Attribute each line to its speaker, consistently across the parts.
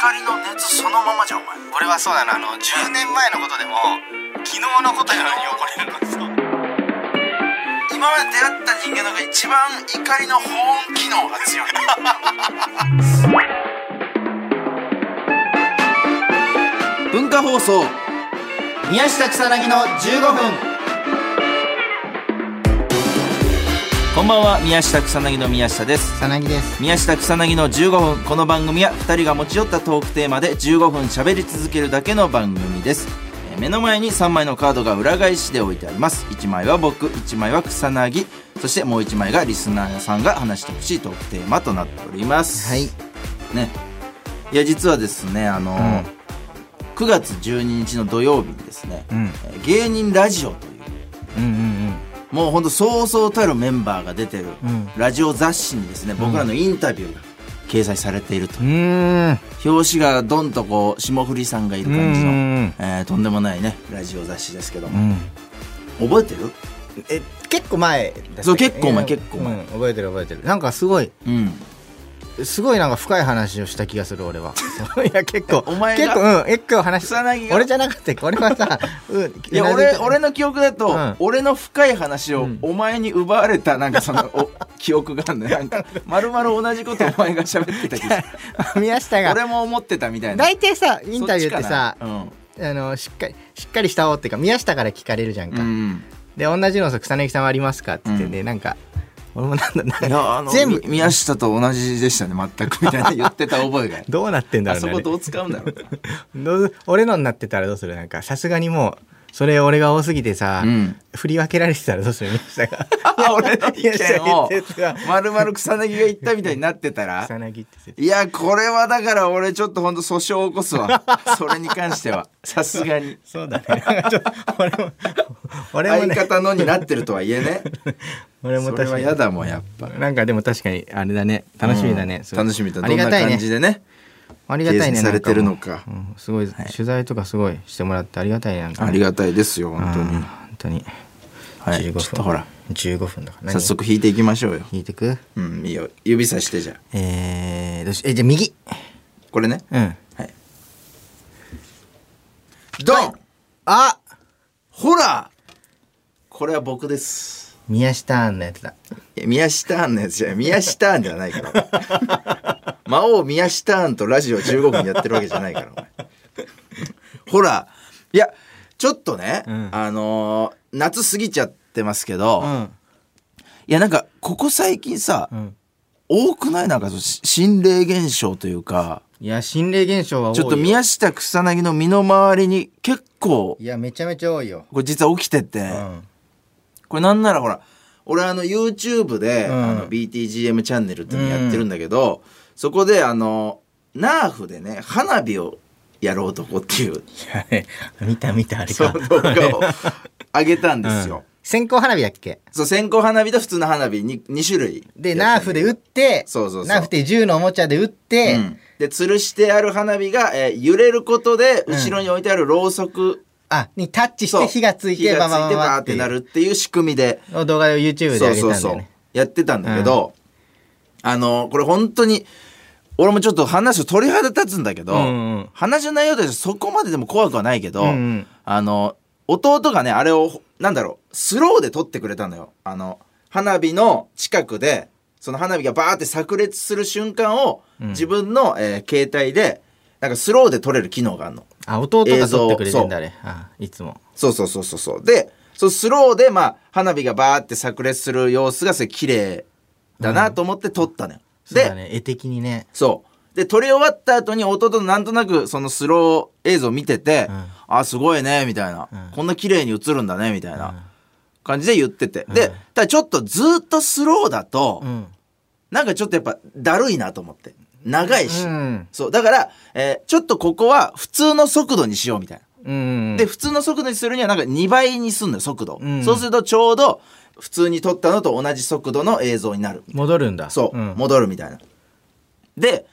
Speaker 1: 光の熱そのままじゃんお前
Speaker 2: 俺はそうだなあの10年前のことでも昨日のことよりに怒れるのそう
Speaker 1: 今まで出会った人間の中で一番怒りの保温機能が強い
Speaker 3: 文化放送
Speaker 2: 宮下草薙の15分
Speaker 3: こんばんは宮下草薙の宮下です
Speaker 2: 草�egiです
Speaker 3: 宮下草薙の15分この番組は2人が持ち寄ったトークテーマで15分喋り続けるだけの番組ですえー目の前に3枚のカードが裏返しで置いてあります1枚は僕1枚は草薙そしてもう1枚がリスナーさんが話してほしいトークテーマとなっております
Speaker 2: はい
Speaker 3: ねいや実はですねあの、9月12日の土曜日にですね、
Speaker 2: うん
Speaker 3: えー芸人ラジオという
Speaker 2: うん
Speaker 3: もうほんとそうそうたるメンバーが出てる
Speaker 2: うん
Speaker 3: ラジオ雑誌にですね、僕らのインタビューが掲載されていると、
Speaker 2: うんうんう
Speaker 3: 表紙がどんとこう霜降りさんがいる感じの、
Speaker 2: うん
Speaker 3: えーとんでもないねラジオ雑誌ですけど
Speaker 2: ー
Speaker 3: も、
Speaker 2: ん
Speaker 3: 覚えてる
Speaker 2: え結構前だったっけ
Speaker 3: そう結構前
Speaker 2: うん
Speaker 3: 結構前
Speaker 2: うん覚えてる覚えてるなんかすごい
Speaker 3: うん
Speaker 2: すごいなんか深い話をした気がする俺は いや結 構
Speaker 3: お前が
Speaker 2: 結構うん結構話し
Speaker 3: 草薙が
Speaker 2: 俺じゃなくて俺は さ、うん、
Speaker 3: いや
Speaker 2: うなず
Speaker 3: 俺
Speaker 2: た
Speaker 3: 俺の記憶だと、
Speaker 2: うん
Speaker 3: 俺の深い話を
Speaker 2: ん
Speaker 3: お前に奪われたなんかその、お記憶があるのよなん かまるまる同じことお前が喋ってた気がする
Speaker 2: 宮下が
Speaker 3: 俺も思ってたみたいな
Speaker 2: 大体さインタビューってさ
Speaker 3: そっちかな
Speaker 2: あのしっかりしっかりしたおっていうか宮下から聞かれるじゃん
Speaker 3: うん、
Speaker 2: か、で同じのさ草薙さんはありますかって言って、
Speaker 3: うん
Speaker 2: でなんか俺もなんだなん
Speaker 3: い
Speaker 2: か
Speaker 3: やあの
Speaker 2: 全
Speaker 3: 全
Speaker 2: 部
Speaker 3: 部宮下と同じでしたね全くみたいな言ってた覚えが
Speaker 2: どうなってんだ
Speaker 3: あ
Speaker 2: ろう
Speaker 3: そ
Speaker 2: ね
Speaker 3: こどう使うんだろうな
Speaker 2: どう俺のになってたらどうするなんかさすがにもうそれ俺が多すぎてさ、
Speaker 3: うん
Speaker 2: 振り分けられてたらどうする宮下が
Speaker 3: あ俺の意見を
Speaker 2: 宮下言ってた
Speaker 3: まるまる草薙が言ったみたいになってた
Speaker 2: 草
Speaker 3: ら
Speaker 2: 薙って
Speaker 3: いやこれはだから俺ちょっとほんと訴訟を起こす わそれに関してはさすがに
Speaker 2: そうだねちょっと俺も俺も
Speaker 3: 相
Speaker 2: ね
Speaker 3: 方のになってるとはいえね
Speaker 2: 俺も
Speaker 3: それ
Speaker 2: 確か
Speaker 3: は
Speaker 2: に
Speaker 3: 嫌だもんやっぱ
Speaker 2: なんかでも確かにあれだね楽しみだね、
Speaker 3: うん
Speaker 2: すごい
Speaker 3: 楽しみだ
Speaker 2: あ
Speaker 3: ど
Speaker 2: り
Speaker 3: んな
Speaker 2: がたい
Speaker 3: 感
Speaker 2: ね
Speaker 3: じでね
Speaker 2: ありが
Speaker 3: 掲
Speaker 2: たい
Speaker 3: 載
Speaker 2: ね
Speaker 3: されてる
Speaker 2: なん
Speaker 3: の
Speaker 2: か
Speaker 3: か
Speaker 2: もううんすごい、取材とかすごいしてもらってありがたいねなんかね
Speaker 3: ありがたいですよ本当
Speaker 2: うん
Speaker 3: に
Speaker 2: 本当に
Speaker 3: はい
Speaker 2: 15分
Speaker 3: ちょっとほら
Speaker 2: 15分だから
Speaker 3: 早速弾いていきましょうよ
Speaker 2: 引いてく
Speaker 3: うんいいよ指さしてじゃあ
Speaker 2: えー、どうしえじゃあ右
Speaker 3: これね
Speaker 2: うん
Speaker 3: はいドン
Speaker 2: あ
Speaker 3: ほらこれは僕です
Speaker 2: 宮下アンのやつだ
Speaker 3: いや宮下アンのやつじゃない宮下アンではないからお 前魔王宮下アンとラジオ15分やってるわけじゃないからお前ほらいやちょっとね、
Speaker 2: うん
Speaker 3: あのー夏過ぎちゃってますけど、い
Speaker 2: ん
Speaker 3: やなんかここ最近さ、
Speaker 2: うん
Speaker 3: 多くないなんかそうし心霊現象というか
Speaker 2: いや心霊現象は多い
Speaker 3: ち
Speaker 2: よ
Speaker 3: ょっと宮下草薙の身の回りに結構
Speaker 2: いやめちゃめちゃ多いよ、
Speaker 3: これ実は起きてて、
Speaker 2: うん
Speaker 3: これなんならほら俺あの YouTube で、
Speaker 2: うん
Speaker 3: あの BTGM チャンネルっていうのやってるんだけど、そこであのナーフでね花火をやる男って いう
Speaker 2: 見た見たあれ
Speaker 3: そ
Speaker 2: か
Speaker 3: の動画を上げたんですよ。
Speaker 2: 線香花火だっけ
Speaker 3: そう線香花火と普通の花火に 2, 種類
Speaker 2: でナーフで
Speaker 3: 打
Speaker 2: 撃って
Speaker 3: そうそうそう
Speaker 2: ナーフって銃のおもちゃで撃って、
Speaker 3: で吊るしてある花火が、えー揺れることで後ろに置いてあるろうそく
Speaker 2: あにタッチして
Speaker 3: そう
Speaker 2: 火がつい
Speaker 3: 火
Speaker 2: て
Speaker 3: がついて
Speaker 2: バ
Speaker 3: バーってなるっていう仕組みで
Speaker 2: の動画を YouTube で
Speaker 3: そう
Speaker 2: 上げたんだよね
Speaker 3: そうそうやってたんだけど、あのこれ本当に俺もちょっと話を鳥肌立つんだけど、
Speaker 2: うんうん
Speaker 3: 話の内容としてそこまででも怖くはないけど、
Speaker 2: うんうん
Speaker 3: あの弟がねあれをなんだろうスローで撮ってくれたのよあの花火の近くでその花火がバーって炸裂する瞬間を
Speaker 2: ん
Speaker 3: 自分の、えー携帯でなんかスローで撮れる機能があるの。
Speaker 2: あ弟が撮ってくれてん
Speaker 3: 映像
Speaker 2: だあれあいつも
Speaker 3: そうそうそうそうそう。で、そのスローで、まあ、花火がバーって炸裂する様子が、それ綺麗だなと思って撮ったのよ。
Speaker 2: そう
Speaker 3: で、
Speaker 2: だね絵的にね
Speaker 3: そう。で、撮り終わった後に弟となんとなくそのスロー映像見てて、
Speaker 2: うん
Speaker 3: あ、すごいね、みたいな。
Speaker 2: うん
Speaker 3: こんな綺麗に映るんだね、みたい
Speaker 2: うん
Speaker 3: な感じで言ってて。で、ただちょっとずっとスローだと、
Speaker 2: うん
Speaker 3: なんかちょっとやっぱだるいなと思って。長いし。
Speaker 2: うん
Speaker 3: そう。だから、えーちょっとここは普通の速度にしよう、みたいな。
Speaker 2: うん
Speaker 3: で普通の速度にするにはなんか2倍にすんのよ速度、
Speaker 2: うん
Speaker 3: そうするとちょうど普通に撮ったのと同じ速度の映像になる
Speaker 2: 戻るんだ
Speaker 3: そう、
Speaker 2: ん
Speaker 3: 戻るみたいなで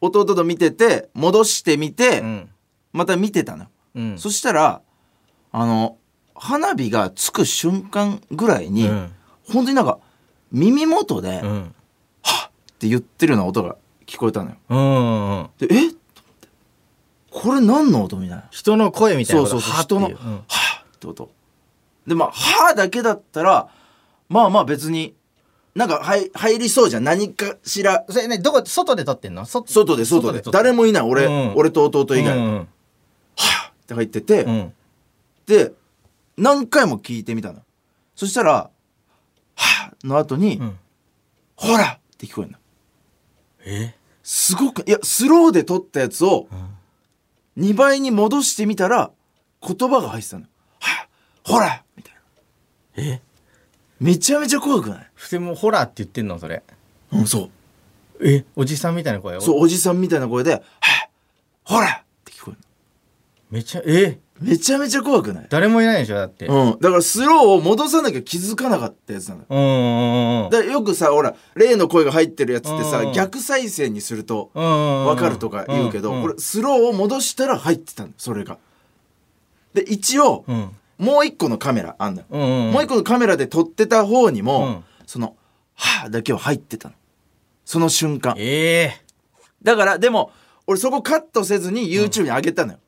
Speaker 3: 弟と見てて戻してみて、
Speaker 2: うん
Speaker 3: また見てたのよ、
Speaker 2: うん
Speaker 3: そしたらあの花火がつく瞬間ぐらいに、
Speaker 2: うん
Speaker 3: 本当になんか耳元で「はっ!」
Speaker 2: うん
Speaker 3: って言ってるような音が聞こえたのよ
Speaker 2: うんうんうん
Speaker 3: でえっと思ってこれ何の音みたいな
Speaker 2: 人の声みたいなこと
Speaker 3: 人の
Speaker 2: ハートの、うん
Speaker 3: 「はあ」って音でまあ「はあ」だけだったらまあまあ別になんか入入りそうじゃん何かしら
Speaker 2: それねどこ外で撮ってんのそ
Speaker 3: 外で外で
Speaker 2: 撮って
Speaker 3: 誰もいない俺、
Speaker 2: うん
Speaker 3: 俺と弟以外、
Speaker 2: う
Speaker 3: は
Speaker 2: ん
Speaker 3: あって入ってて、
Speaker 2: うんうん
Speaker 3: で何回も聞いてみたのそしたら「はあ」の後に「
Speaker 2: うん
Speaker 3: ほら!」って聞こえるの
Speaker 2: え
Speaker 3: すごくいやスローで撮ったやつを
Speaker 2: ん
Speaker 3: 2倍に戻してみたら言葉が入ってたの「はあほら!」みたいな
Speaker 2: え
Speaker 3: めちゃめちゃ怖くない
Speaker 2: 普通もうホラーって言ってんのそれ
Speaker 3: うんそう
Speaker 2: えおじさんみたいな声
Speaker 3: そうおじさんみたいな声で「はあほら!」って聞こえる
Speaker 2: めちゃえ
Speaker 3: のめちゃめちゃ怖くない
Speaker 2: 誰もいないでしょだってうん
Speaker 3: うんだからスローを戻さなきゃ気づかなかったやつなのよ
Speaker 2: うんうんうん
Speaker 3: だからよくさほら例の声が入ってるやつって
Speaker 2: うんう
Speaker 3: さ
Speaker 2: ん
Speaker 3: 逆再生にすると
Speaker 2: わ
Speaker 3: わかるとか言うけど、これスローを戻したら入ってたのそれがで一応、
Speaker 2: うんうん
Speaker 3: もう一個のカメラあんのよ、
Speaker 2: うん
Speaker 3: もう一個のカメラで撮ってた方にも、
Speaker 2: うん
Speaker 3: その「はあ」だけは入ってたのその瞬間
Speaker 2: ええ
Speaker 3: だからでも俺そこカットせずに YouTube に上げたのよ、
Speaker 2: うん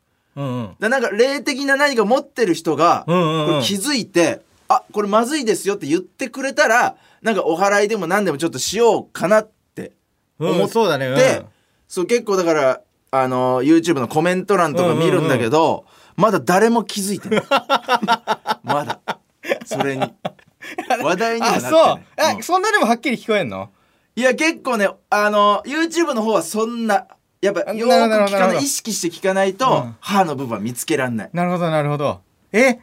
Speaker 2: うん
Speaker 3: だからなんか霊的な何か持ってる人が、
Speaker 2: うんうんうん
Speaker 3: これ気づいて「あこれまずいですよ」って言ってくれたらなんかお祓いでも何でもちょっとしようかなって思って、
Speaker 2: うんそうだねうん
Speaker 3: そう結構だからあの YouTube のコメント欄とか見るんだけど、まだ誰も気づいて ないまだそれに話題にはな
Speaker 2: あ
Speaker 3: って
Speaker 2: そう
Speaker 3: ない、
Speaker 2: え
Speaker 3: うん
Speaker 2: そんなでもはっきり聞こえんの
Speaker 3: いや結構ねあの YouTube の方はそんなやっぱ
Speaker 2: あ
Speaker 3: よーく
Speaker 2: なるほどなるほ
Speaker 3: 聞
Speaker 2: ど
Speaker 3: かない意識して聞かないと、
Speaker 2: うん
Speaker 3: 歯の部分は見つけらんない
Speaker 2: なるほどなるほどえ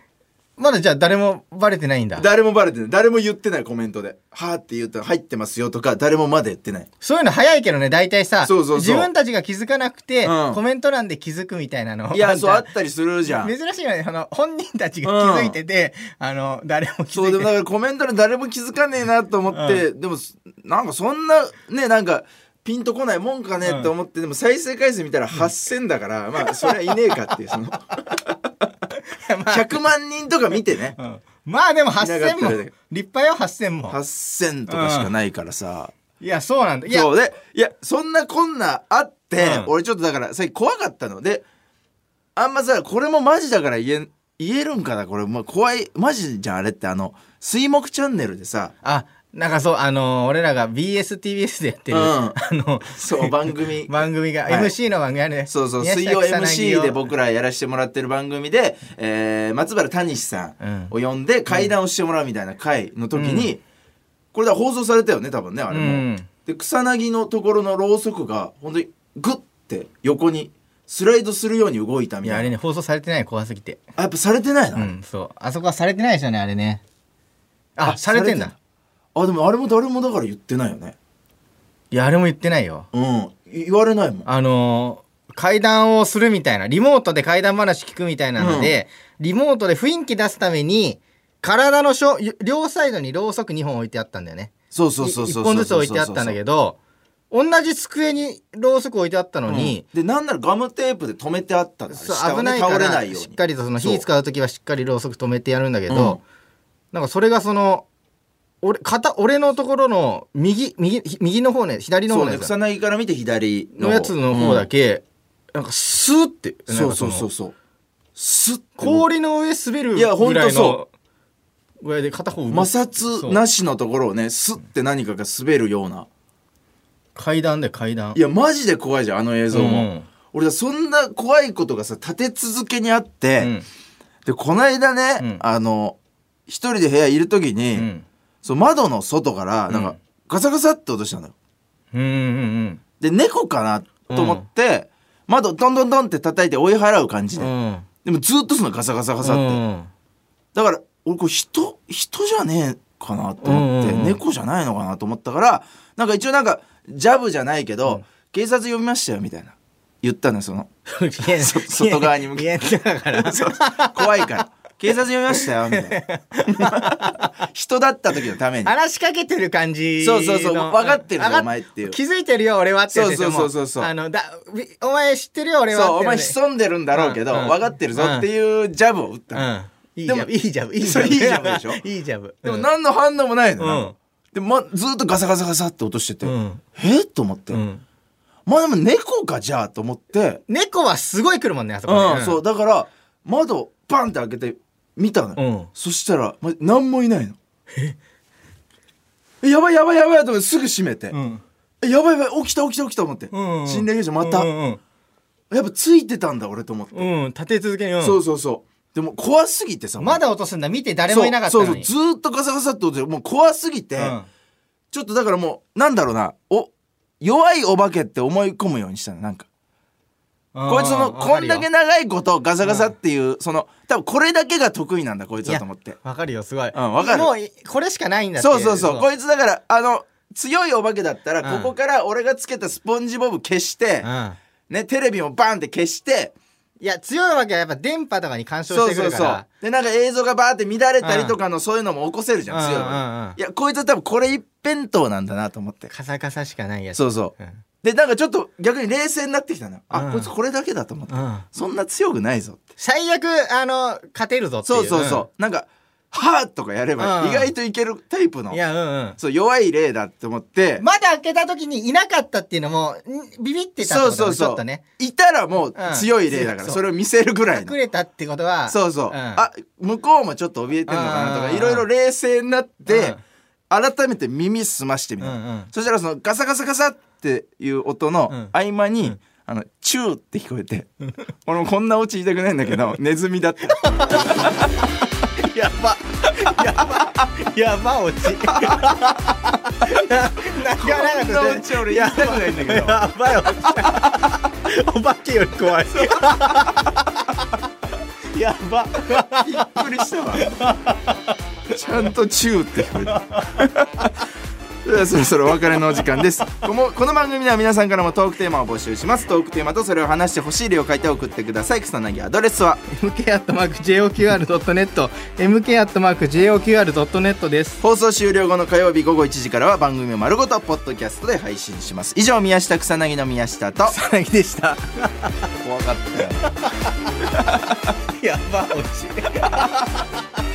Speaker 2: まだじゃあ誰もバレてないんだ
Speaker 3: 誰もバレてない誰も言ってないコメントで「はーって言うと入ってますよ」とか誰もまだ言ってない
Speaker 2: そういうの早いけどね大体さ
Speaker 3: そうそうそう
Speaker 2: 自分たちが気づかなくて、
Speaker 3: うん
Speaker 2: コメント欄で気づくみたいなの
Speaker 3: いやそうあ
Speaker 2: あ
Speaker 3: ったりするじゃん
Speaker 2: 珍しいよねあの本人たちが気づいてて、あの誰も気
Speaker 3: そう
Speaker 2: づ
Speaker 3: でも
Speaker 2: い
Speaker 3: だ
Speaker 2: てな
Speaker 3: か
Speaker 2: い
Speaker 3: らコメントで誰も気づかねえなと思って、でもなんかそんなねなんかピンとこないもんかねって思って、でも再生回数見たら8,000だから、まあそれはいねえかっていう その
Speaker 2: まあ
Speaker 3: 100万人とか見てね
Speaker 2: うん まあでも8000
Speaker 3: いなかったら
Speaker 2: も
Speaker 3: ね
Speaker 2: 立派よ8000も
Speaker 3: 8,000とかしかないからさ、
Speaker 2: いやそうなんだいや
Speaker 3: そうでいやそんなこんなあって、
Speaker 2: うん
Speaker 3: 俺ちょっとだからさっき怖かったのであんまさこれもマジだから言えん言えるんかなこれ、まあ、怖いマジじゃんあれってあの水木チャンネルで さ
Speaker 2: あなんかそうあのー俺らが BSTBS でやってる、
Speaker 3: うん
Speaker 2: あの
Speaker 3: そう番組
Speaker 2: 番組が、
Speaker 3: はい
Speaker 2: MC の番組あるね
Speaker 3: そうそう
Speaker 2: 宮下
Speaker 3: 水曜
Speaker 2: 草薙
Speaker 3: MC
Speaker 2: を
Speaker 3: で僕らやらせてもらってる番組で、えー松原谷志さんを呼んで会談をしてもらうみたいな回の時に、これだ放送されたよね多分ねあ
Speaker 2: う
Speaker 3: れも。
Speaker 2: ん
Speaker 3: で草薙のところのろうそくが本当にグッて横にスライドするように動いた
Speaker 2: い
Speaker 3: み
Speaker 2: や
Speaker 3: た
Speaker 2: あ
Speaker 3: い
Speaker 2: れ
Speaker 3: な
Speaker 2: ね放送されてない怖すぎて
Speaker 3: あやっぱされてないな、
Speaker 2: うんそうあそこはされてないですよねあれねあされてん
Speaker 3: さ
Speaker 2: だ
Speaker 3: あでもあれも誰もだから言ってないよね
Speaker 2: いやあれも言ってないよ
Speaker 3: うんい言われないもん
Speaker 2: あのー、会談をするみたいなリモートで会談話聞くみたいなので、リモートで雰囲気出すために体のしょ両サイドにろうそく2本置いてあったんだよね
Speaker 3: そうそうそうそう
Speaker 2: 1本ずつ置いてあったんだけど同じ机にろうそく置いてあったの
Speaker 3: うん
Speaker 2: に、
Speaker 3: でなんならガムテープで止めてあったんだよ
Speaker 2: そう
Speaker 3: 下を
Speaker 2: 危
Speaker 3: ね
Speaker 2: ないから
Speaker 3: 倒れないように
Speaker 2: しっかりとその
Speaker 3: そ
Speaker 2: 火
Speaker 3: う
Speaker 2: 使う時はしっかりろうそく止めてやるんだけど、
Speaker 3: うん
Speaker 2: なんかそれがその俺片俺のところの右右ひ右の方ね左の
Speaker 3: そう
Speaker 2: 方のや
Speaker 3: ね
Speaker 2: つ
Speaker 3: 草薙から見て左の
Speaker 2: のやつの方だ
Speaker 3: け、
Speaker 2: け、なんかスーって
Speaker 3: うん
Speaker 2: なん
Speaker 3: そう
Speaker 2: か
Speaker 3: そ
Speaker 2: の
Speaker 3: うそうそうスッて
Speaker 2: 氷の上滑る
Speaker 3: いやほん
Speaker 2: ぐら
Speaker 3: と
Speaker 2: いの
Speaker 3: そ
Speaker 2: ぐらいで片方動く
Speaker 3: 摩擦なしのところをねスッて何かが滑るような
Speaker 2: 階段で階段
Speaker 3: いやマジで怖いじゃんあの映像も、
Speaker 2: うん
Speaker 3: 俺そんな怖いことがさ立て続けにあっ
Speaker 2: う
Speaker 3: て、
Speaker 2: ん
Speaker 3: でこの間ね、
Speaker 2: うん
Speaker 3: あの一人で部屋いる時に、
Speaker 2: うん
Speaker 3: その窓の外からなん
Speaker 2: うん
Speaker 3: かガサガサって音したのよ
Speaker 2: うんうん
Speaker 3: で猫かなと思って、窓ドンドンドンって叩いて追い払う感じ
Speaker 2: うんう
Speaker 3: で、
Speaker 2: ん
Speaker 3: でもずっとそのガサガサガサって、だから俺これ人人じゃねえかなと思って、
Speaker 2: うんうんうん
Speaker 3: 猫じゃないのかなと思ったからなんか一応なんかジャブじゃないけど、警察呼びましたよみたいな言ったのよその そ外側に向け
Speaker 2: てだから
Speaker 3: そう怖いから警察呼びましたよみたいな人だった時のために
Speaker 2: 話しかけてる感じの
Speaker 3: そうそうそう分かってるぞ
Speaker 2: 分かっ
Speaker 3: お前っていう
Speaker 2: 気づいてるよ俺はってやつでし
Speaker 3: そう
Speaker 2: ょ
Speaker 3: そうそうそう
Speaker 2: もあのだお前知ってるよ俺は
Speaker 3: そうお前
Speaker 2: って
Speaker 3: 潜んでるんだろうけど、
Speaker 2: うんうん
Speaker 3: 分かってるぞっていうジャブを打ったの、
Speaker 2: うんいいジャブいいジャ ブいいジ
Speaker 3: そ
Speaker 2: ャ
Speaker 3: れ
Speaker 2: ブ
Speaker 3: いいジャブでしょ
Speaker 2: いいジャブ
Speaker 3: でも
Speaker 2: うん
Speaker 3: 何の反応もないのよ、
Speaker 2: うん
Speaker 3: で、ま、ずっとガサガサガサって落としてて、
Speaker 2: うん
Speaker 3: えっと思って、
Speaker 2: うん
Speaker 3: まあでも猫かじゃあと思って、
Speaker 2: 猫はすごい来るもんねあそこ
Speaker 3: うん
Speaker 2: ね
Speaker 3: そうだから窓バンって開けて見たのよ、
Speaker 2: うん
Speaker 3: そしたら、ま、何もいないのえやばいやばいやばいと思ってすぐ閉めて、
Speaker 2: うん
Speaker 3: えやばいやばい起きた起きた起きたと思って、
Speaker 2: うん
Speaker 3: 心霊現象また、
Speaker 2: うん
Speaker 3: やっぱついてたんだ俺と思って、
Speaker 2: うんうん立て続けにうん
Speaker 3: そうそうそうでも怖すぎてさ
Speaker 2: まだ落とすんだ見て誰もいなかったのに
Speaker 3: そうそうそうずーっとガサガサって音でもう怖すぎて、
Speaker 2: うん
Speaker 3: ちょっとだからもうなんだろうなお弱いお化けって思い込むようにしたのなんかこいつのこんだけ長いことガサガサっていう、その多分これだけが得意なんだこいつだと思って
Speaker 2: わかるよすごい、
Speaker 3: うんわかる
Speaker 2: もういこれしかないんだってい
Speaker 3: そうそうそうこ
Speaker 2: い
Speaker 3: いつだからあの強いお化けだったら、
Speaker 2: うん
Speaker 3: ここから俺がつけたスポンジボブ消して
Speaker 2: う、ん
Speaker 3: ねテレビもバンって消して
Speaker 2: いや強いわけはやっぱ電波とかに干渉し
Speaker 3: そう
Speaker 2: てく
Speaker 3: そ
Speaker 2: る
Speaker 3: う
Speaker 2: か
Speaker 3: そう
Speaker 2: ら
Speaker 3: でなんか映像がバーって乱れたりとかの、そういうのも起こせるじゃん、強いお化け
Speaker 2: うんうんうん
Speaker 3: いやこいつは多分これ一辺倒なんだなと思って
Speaker 2: カサカサしかないやつ
Speaker 3: そうそう
Speaker 2: うん、
Speaker 3: でなんかちょっと逆に冷静になってきたのよあ、
Speaker 2: うん
Speaker 3: こいつこれだけだと思って、
Speaker 2: うん
Speaker 3: そんな強くないぞって
Speaker 2: 最悪あの勝てるぞっていう
Speaker 3: そうそうそう、なんか「はぁ」とかやれば
Speaker 2: うん
Speaker 3: 意外といけるタイプの、
Speaker 2: んいやうんうん
Speaker 3: そう弱い例だって思って、
Speaker 2: 窓開けた時にいなかったっていうのもんビビってたって
Speaker 3: そ
Speaker 2: こ
Speaker 3: うそう
Speaker 2: とだねちょ
Speaker 3: そ
Speaker 2: っ
Speaker 3: う、
Speaker 2: とね
Speaker 3: いたらもう
Speaker 2: うん
Speaker 3: 強い例だから、
Speaker 2: そう
Speaker 3: それを見せるぐらいの
Speaker 2: 隠れたってことは
Speaker 3: そうそう、
Speaker 2: ん
Speaker 3: あ向こうもちょっと怯えてんのかなとか
Speaker 2: うん
Speaker 3: いろいろ冷静になって
Speaker 2: うん、
Speaker 3: 改めて耳すましてみたの、
Speaker 2: うんうん
Speaker 3: そしたらそのガサガサガサっていう音
Speaker 2: う
Speaker 3: の
Speaker 2: ん
Speaker 3: 合間に、あのチューって聞こえて、 俺もこんなオチ言いたくないんだけどネズミだった
Speaker 2: やばやばやば落ちなな
Speaker 3: こんなオチ俺言いたくないんだけど
Speaker 2: やばいおばけお化けより怖いやば
Speaker 3: びっくりしたわちゃんとチューって聞こえた ではそろそろお別れのお時間ですこのこの番組では皆さんからもトークテーマを募集しますトークテーマとそれを話してほしい例を書いて送ってください草薙アドレスは
Speaker 2: MK アットマーク JOQR.net MK アットマーク JOQR.net です
Speaker 3: 放送終了後の火曜日午後1時からは番組を丸ごとポッドキャストで配信します以上宮下草薙の宮下と
Speaker 2: さなぎでした
Speaker 3: 怖かったよ
Speaker 2: やば落ち